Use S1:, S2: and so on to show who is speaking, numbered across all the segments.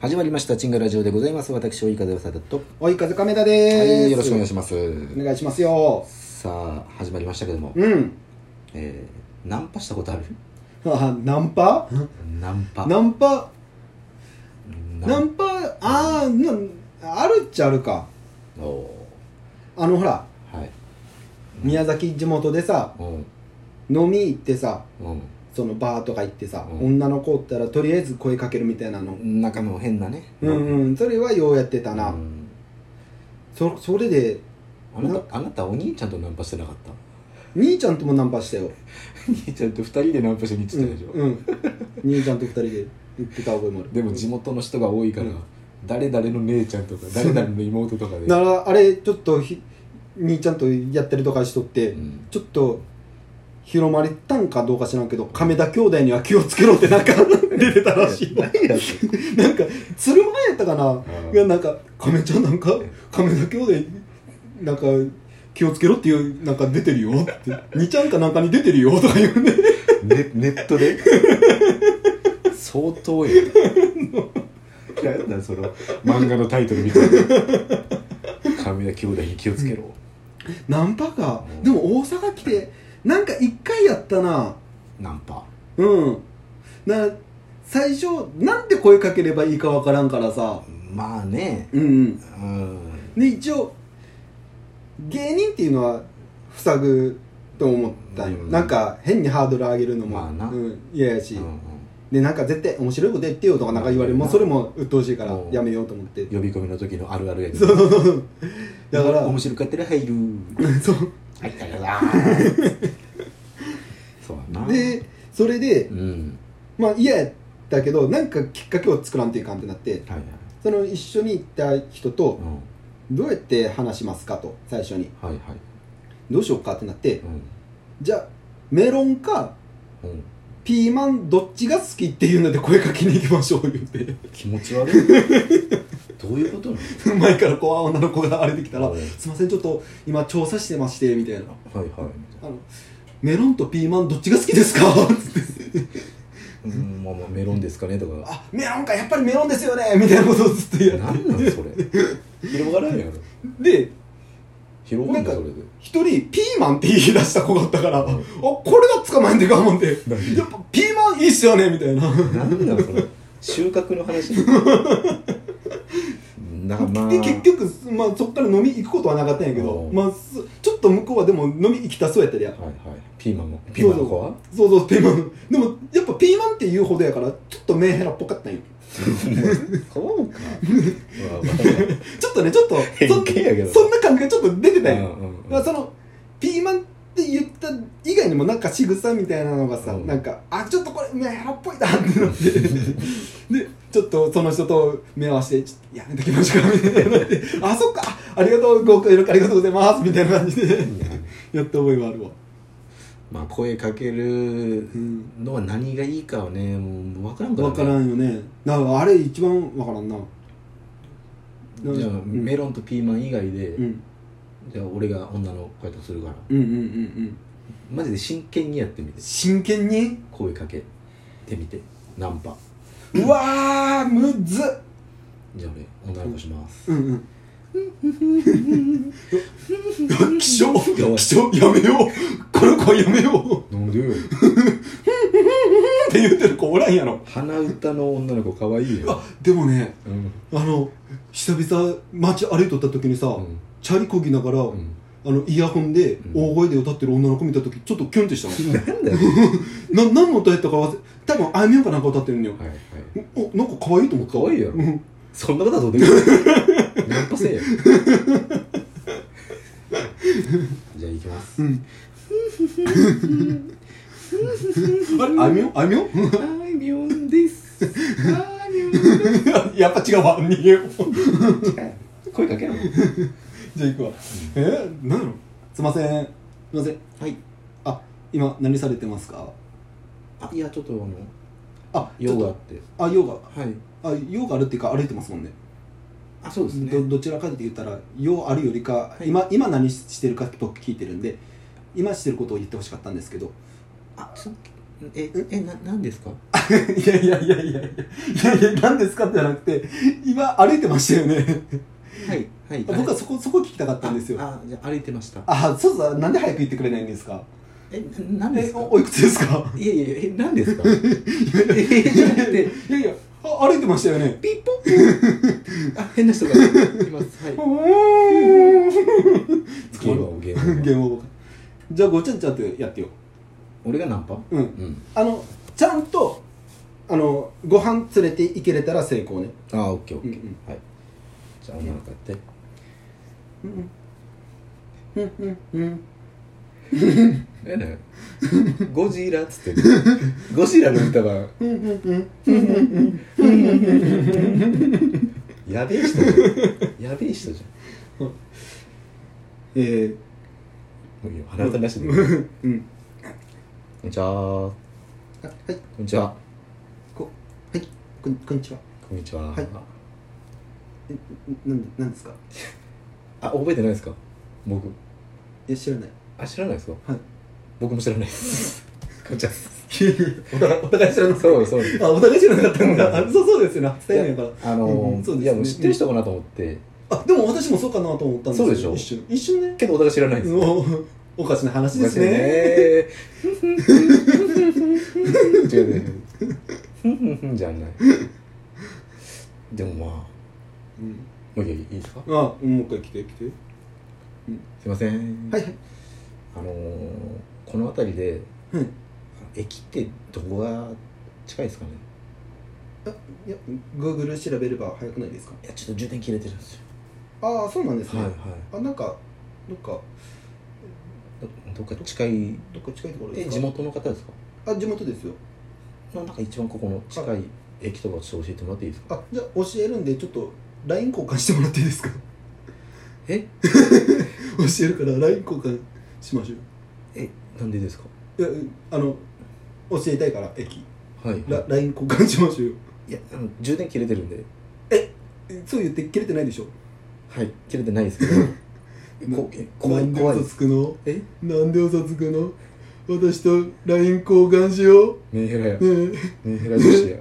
S1: 始まりましたチンガラジオでございます私及風さだと
S2: おい風亀田で
S1: は
S2: す、
S1: いよろしくお願いし
S2: ま
S1: ます
S2: お願いしますよ
S1: さあ始まりましたけども、
S2: うん
S1: えー、ナンパしたことある
S2: あナンパ
S1: ナンパ
S2: ナンパ
S1: ナ
S2: ナンパあーなんあるっちゃあるか
S1: お
S2: あのほら
S1: ーはい
S2: 宮崎地元でさ
S1: うん
S2: 飲み行ってさ
S1: う
S2: そのバーとか行ってさ、
S1: うん
S2: 女の子おったらとりあえず声かけるみたいなの
S1: んなんかもう変なね
S2: うんうんそれはようやってたな、
S1: うん
S2: そそれで
S1: あな
S2: な
S1: たあなたお兄ちゃんとナンパしてなかった
S2: 兄ちゃんともナンパしたよ、
S1: 兄ちゃんと二人でナンパしに行って
S2: うん
S1: たでしょ、
S2: うん、兄ちゃんと二人で行ってた覚えもある
S1: でも地元の人が多いから、
S2: うん
S1: 誰々の姉ちゃんとか誰々の妹とかで
S2: ならあれちょっとひ兄ちゃんとやってるとかしとって、
S1: うん
S2: ちょっと広まりたんかどうか知らんけど亀田兄弟には気をつけろってなんか 出てたらしいな
S1: 何やっ
S2: なんか鶴間やったかな
S1: うん
S2: がなんか亀ちゃんなんか亀田兄弟なんか気をつけろっていうなんか出てるよって兄ちゃんかなんかに出てるよとか言うね
S1: ネネットで相当やなんだその漫画のタイトルみたいな「神田兄弟に気をつけろ
S2: ナンパか
S1: うん
S2: でも大阪来てなんか一回やったな」
S1: ナンパ
S2: うんな最初なんて声かければいいかわからんからさ
S1: まあね
S2: うんうん
S1: うん
S2: で一応芸人っていうのは塞ぐと思ったんよ、
S1: うん
S2: なんか変にハードル上げるのも、
S1: まあな
S2: うん、嫌やし、
S1: うん
S2: でなんか絶対面白いこと言ってよとかなんか言われるもうそれも鬱陶しいから
S1: うん
S2: やめようと思って
S1: 呼び込みの時のあるあるやつ
S2: そうそうそうだから
S1: 面白かったら入る
S2: そう
S1: 入ったよなー そうやな
S2: でそれで
S1: うん
S2: まあ嫌やったけどなんかきっかけを作らんといかんってなって
S1: はいはい
S2: その一緒に行った人と
S1: うん
S2: どうやって話しますかと最初に
S1: はいはい
S2: どうしようかってなって
S1: う
S2: じゃあメロンか
S1: んうん
S2: ピーマンどっちが好きっていうので声かけに行きましょう言って
S1: 気持ち悪いどういうことなの
S2: 前からこう女の子が荒れてきたら
S1: うん
S2: 「すいませんちょっと今調査してまして」みたいな
S1: はいはい
S2: 「あのメロンとピーマンどっちが好きですか?」 つって
S1: うん、まあまあメロンですかねと
S2: 「
S1: か。
S2: あメロンかやっぱりメロンですよね」みたいなことをずっと
S1: 何
S2: 言
S1: な
S2: っ
S1: んなんそれ。広がらんやろ。
S2: てで
S1: 広がん
S2: な
S1: だ
S2: んか
S1: それで。
S2: 一人ピーマンって言い出した子があったから「あ
S1: うん
S2: これが捕まえんでかもんで
S1: 何
S2: やっぱピーマンいいっすよね」みたいな
S1: なんなのそれ。収穫の話。なんかまあ。
S2: で結局、まあ、そっから飲み行くことはなかったんやけど
S1: う、ん
S2: まあ、そちょっと向こうはでも飲み行きたそうやったりや
S1: はいはい。ピーマンも。ピーマンの子は
S2: そうそうピーマン でもやっぱピーマンっていうほどやからちょっとメンヘラっぽかったんよ
S1: そうか。
S2: ちょっとねちょっと
S1: 偏見やけど
S2: そんな感覚ちょっと出てたんよ、
S1: ま
S2: ま
S1: あ
S2: あ、そのピーマンって言った以外にもなんか仕草みたいなのがさ、
S1: うん
S2: なんかあちょっとこれメンヘラっぽいなってなって でちょっとその人と目合わせて「ちょっとやめときましょうか」みたいに なって「あそっかありがとうご協力ありがとうございます」みたいな感じでやった覚えはあるわ
S1: まあ声かける
S2: うん
S1: のは何がいいかはね、もう分からんから、
S2: 分
S1: ね。
S2: からんよねだからあれ一番分からんな
S1: じゃあ、
S2: うん
S1: メロンとピーマン以外で、
S2: うん
S1: じゃあ俺が女の子やとするから。
S2: うんうんうんうん
S1: マジで真剣にやってみて。
S2: 真剣に
S1: 声かけてみてナンパ
S2: うわーむずっ
S1: じゃあ俺女の子します
S2: うんうん 気象気象やめようこの子やめようっ
S1: なんでよ
S2: て言ってる子おらんやろ
S1: 鼻歌の女の子可愛いよ
S2: あでもね
S1: うん
S2: あの久々街歩いとった時にさ、
S1: ん
S2: チャリこぎながら、
S1: うん
S2: あのイヤホンで
S1: うん
S2: 大声で歌ってる女の子見た時ちょっとキュンってしたの
S1: なんだよ
S2: な何の歌やったか忘れ多分あいみょんかなんか歌ってるんよ、
S1: はいはい
S2: おなんか可愛いと思った
S1: 可愛いやろ
S2: うん
S1: そんなことはどうでもいいナンパせえよじゃあ行きます
S2: うん、あれあいみょんあいみょん
S1: あいみょんですあいみょんです
S2: やっぱ違うわ逃げよう
S1: 声かけろ
S2: じゃあ行くわ、えー、何やろすいませんすいません
S1: はい
S2: あ今何されてますか
S1: あいやちょっとあの
S2: あ
S1: 用
S2: ち
S1: があ
S2: ょっ
S1: って
S2: とあ用が
S1: はい
S2: あ用があるっていうか歩いてますもんね
S1: あそうですね
S2: どどちらかって言ったら用あるよりか、
S1: い
S2: 今今何してるかと聞いてるんで今してることを言ってほしかったんですけど
S1: あそええななんですか
S2: いやいやいやいやいやいやいや何ですかってじゃなくて今歩いてましたよね
S1: はいはい
S2: 僕はそこそこ聞きたかったんですよ
S1: あじゃあ歩いてました
S2: あそうそうなんで早く言ってくれないんですか
S1: えななんです
S2: え
S1: か
S2: おおいくつですか
S1: いやいやえなんですかえじゃなくて
S2: いやいやあ歩いてましたよね
S1: ピッポッポあ変な人がいますはいゲームはゲームは
S2: ゲームオーバーじゃあごちゃんちゃんってやってよ
S1: 俺がナンパ
S2: うん
S1: うん
S2: あのちゃんとあのご飯連れて行けれたら成功ね
S1: ああオッケーオッケー、
S2: うん
S1: はいじゃあ女の子やって
S2: うんうんうんうん
S1: えねゴジラっつってゴジラの歌は
S2: うんうんうん
S1: やべえ人じゃんやべえ人じ
S2: えー
S1: ゃんもういいよ鼻歌なしでいいよこ
S2: うん
S1: んにちは
S2: あはい
S1: こんにちは
S2: こはいこんこんにちは
S1: こんにちは、
S2: はいえなんでなんですか
S1: あ覚えてないですか僕
S2: いや知らない
S1: あ知らないですか
S2: はい
S1: 僕も知らないです こんにちはっす
S2: お互いお互い知らなかった
S1: そうそうです
S2: あお互い知らなかったんだあそうそうですよね初対面やから
S1: あのー
S2: うんうんそうですね
S1: いやもう知ってる人かなと思って
S2: あでも私もそうかなと思ったんです
S1: そ
S2: よ
S1: うでしょ
S2: 一瞬一瞬ね
S1: けどお互い知らないんですよ
S2: おおかしな話ですね
S1: ですね違う違う違うじゃない でもまあ
S2: うん
S1: もういいいいですか
S2: あもう一回来て来て
S1: すいません
S2: はいはい
S1: あのー、この辺りで、
S2: はい
S1: 駅ってどこが近いですかね
S2: いや Google 調べれば早くないですか
S1: いやちょっと充電切れてるんですよ
S2: ああそうなんですね、
S1: はいはい
S2: あなんかどっか
S1: どどっか近い
S2: どっか近いところで
S1: え
S2: すか
S1: 地元の方ですか
S2: あ地元ですよ
S1: なんか一番ここの近い駅とかちょっと教えてもらっていいですか
S2: あじゃあ教えるんでちょっと LINE 交換してもらっていいですか教
S1: え
S2: えるから LINE 交換しましょう
S1: えなんでですか
S2: いやうんあの教えたいから駅
S1: はい
S2: ラ LINE 交換しましょうよ
S1: いやあの充電切れてるんで
S2: えそう言って切れてないでしょ
S1: はい切れてないですけ どこえ怖い
S2: なんで
S1: 怖い
S2: 嘘
S1: です
S2: つくの
S1: え
S2: なんで嘘つくの私と LINE 交換しよう
S1: メンヘラや
S2: ね
S1: メンヘラ女子や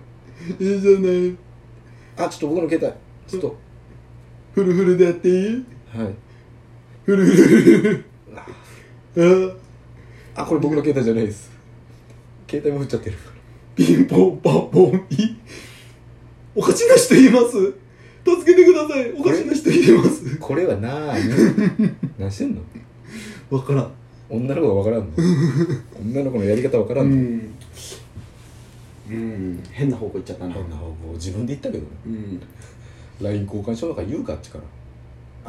S2: えいいじゃない
S1: あちょっと僕の携帯ちょっ
S2: フルフルでやっていい
S1: とはい
S2: フルフルフルフルあ
S1: あこれ僕の携帯じゃないです携帯も振っちゃ ってる
S2: ピンポンパンポンピンおかしな人います助けてくださいおかしな人います
S1: これはなあ 何してんの
S2: わからん
S1: 女の子がわ からんの女の子のやり方わからんの、
S2: んうん変な方向行っちゃったな
S1: 変な方向自分で言ったけどね
S2: うん、
S1: LINE 交換しようとか言うかっちから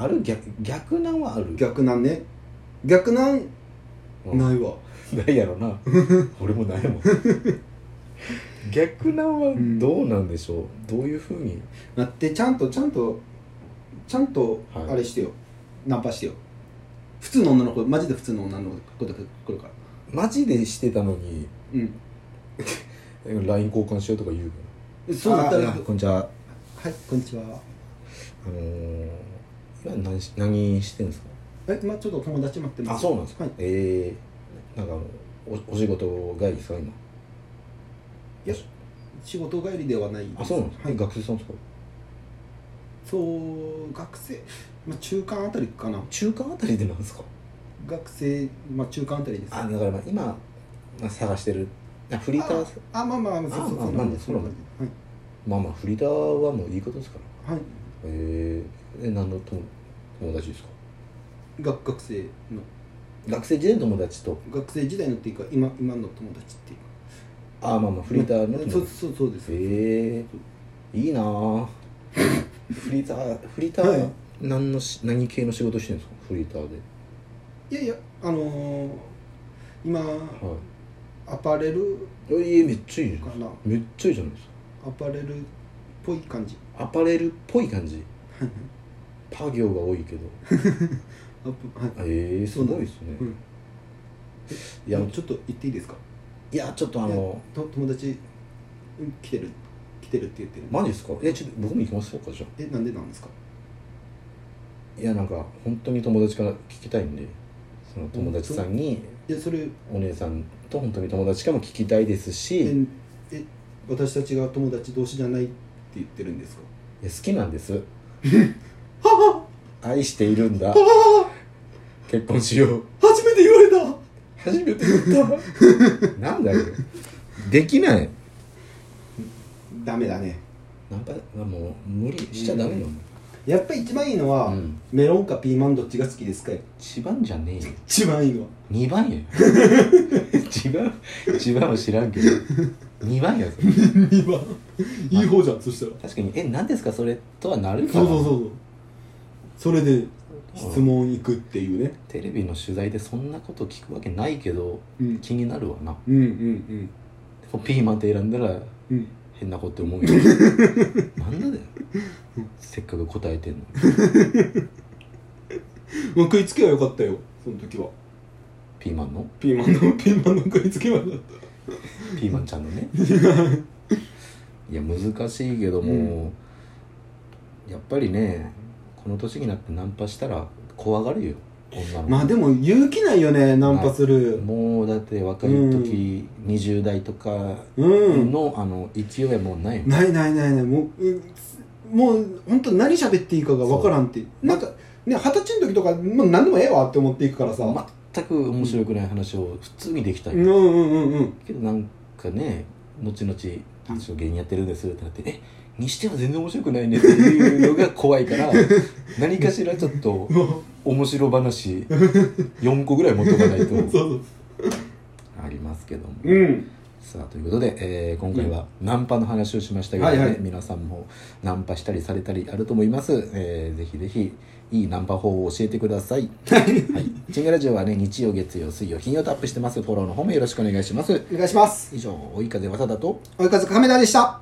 S1: ある逆逆なんはある
S2: 逆なんね逆なん
S1: うん
S2: ないわ
S1: ないやろな 俺もないもん逆なんはどうなんでしょう、どういうふうに
S2: 待ってちゃんとちゃんとちゃんと
S1: はい
S2: あれしてよ、ナンパしてよ普通の女の子マジで普通の女の子で来るから
S1: マジでしてたのに
S2: うん
S1: え LINE 交換しようとか言うか
S2: そうだった
S1: ら
S2: ら
S1: あ
S2: はい
S1: こんにちは
S2: こんにちは
S1: あのー、今何し何してんですか
S2: えまあちょっと友達待ってます
S1: あそうなんですか、
S2: はい
S1: ええなんかあのおお仕事帰りですか今
S2: いや仕事帰りではないです
S1: あそうなんですか、
S2: はい、
S1: 学生さんですか
S2: そう学生、まあ、中間あたりかな
S1: 中間あたりでなんですか
S2: 学生、まあ、中間あたりです
S1: あだからまあ今、まあ、探してるあフリーター
S2: ああまあまあそうそ
S1: あ
S2: うそう
S1: まあ
S2: なんです
S1: まあまあ
S2: はい
S1: まあまあフリーターはもういいことですから
S2: はい
S1: えええ何の友友達ですか
S2: 学学生の
S1: 学生時代の友達と
S2: 学生時代のっていうか今今の友達っていう
S1: ああまあまあフリーターの友
S2: そう
S1: 達
S2: そうそうです
S1: ええいいなあフリーターフリータ
S2: は
S1: ー
S2: い
S1: 何のし何系の仕事してるんですかフリーターで
S2: いやいやあのー、今
S1: は
S2: アパレル
S1: いええめっちゃいいじゃ
S2: か
S1: ん
S2: な
S1: めっちゃいいじゃないですか
S2: アパレルっぽい感じ
S1: アパレルっぽい感 じ
S2: はい
S1: パ行が多いけど
S2: アパはい、
S1: ええすごいですね
S2: うん、
S1: いや
S2: ちょっと言っていいですか
S1: いやちょっとあの
S2: と友達うん来てる来てるって言ってる
S1: マジですかえちょっと僕も行きましょうかじゃ
S2: えなんでなんですか
S1: あいやなんか本当に友達から聞きたいんでその友達さんに
S2: いやそれ
S1: お姉さんと本当に友達かも聞きたいですし、い
S2: ええ私たちが友達同士じゃないって言ってるんですか
S1: や好きなんです
S2: は
S1: 愛しているんだ
S2: あは
S1: 結婚しよう
S2: あ初めて言われた
S1: 初めて言 ったなんだよできない
S2: ダメだね
S1: なんかもう無理しちゃダメよ、
S2: やっぱり一番いいのは、
S1: うん
S2: メロンかピーマンどっちが好きですかよ
S1: 一番じゃねえよ
S2: 一番いいのは
S1: 2番 やよ一番一番は知らんけど2番やよそれ
S2: 2番いい方じゃんそしたら
S1: 確かに「え何ですかそれ?」とはなるか
S2: そ
S1: ら
S2: うそうそうそうそれで質問行くっていうね
S1: テレビの取材でそんなこと聞くわけないけど
S2: うん
S1: 気になるわな
S2: うんうん
S1: でもピーマンって選んだら
S2: うんうん
S1: 変な子って思うよ なんだだよせっかく答えてんのに
S2: まあ食いつけは良かったよその時は
S1: ピーマンの
S2: ピーマンのピーマンの食いつけは良かっ
S1: ピーマンちゃんの ねいや難しいけども、やっぱりねこの年になってナンパしたら怖がるよ女の
S2: た
S1: 子
S2: まあでも勇気ないよねナンパする、
S1: もうだって若い時、20代とか
S2: うん
S1: の,、あの勢いはもうないよ
S2: ないないないないもううんもう本当何喋っていいかが分からんってなんかね二十歳の時とかもう何でもええわって思っていくからさ、
S1: 全く面白くない話を普通にできたい、
S2: うんうんうんうん
S1: けどなんかね後々私は芸人やってるんですってなって「えにしては全然面白くないね」っていうのが怖いから 何かしらちょっと
S2: そう
S1: 面白話4個ぐらい持っとかないと
S2: そう
S1: ありますけども、
S2: うん
S1: さあということで、えー今回はナンパの話をしましたけど、ね
S2: はいはい
S1: 皆さんもナンパしたりされたりあると思います、えーぜひぜひいいナンパ法を教えてください、はい、チンガラジオはね日曜月曜水曜金曜とアップしてますフォローの方もよろしくお願いします
S2: お願いします
S1: 以上追い風わさだと
S2: おいかず亀田でした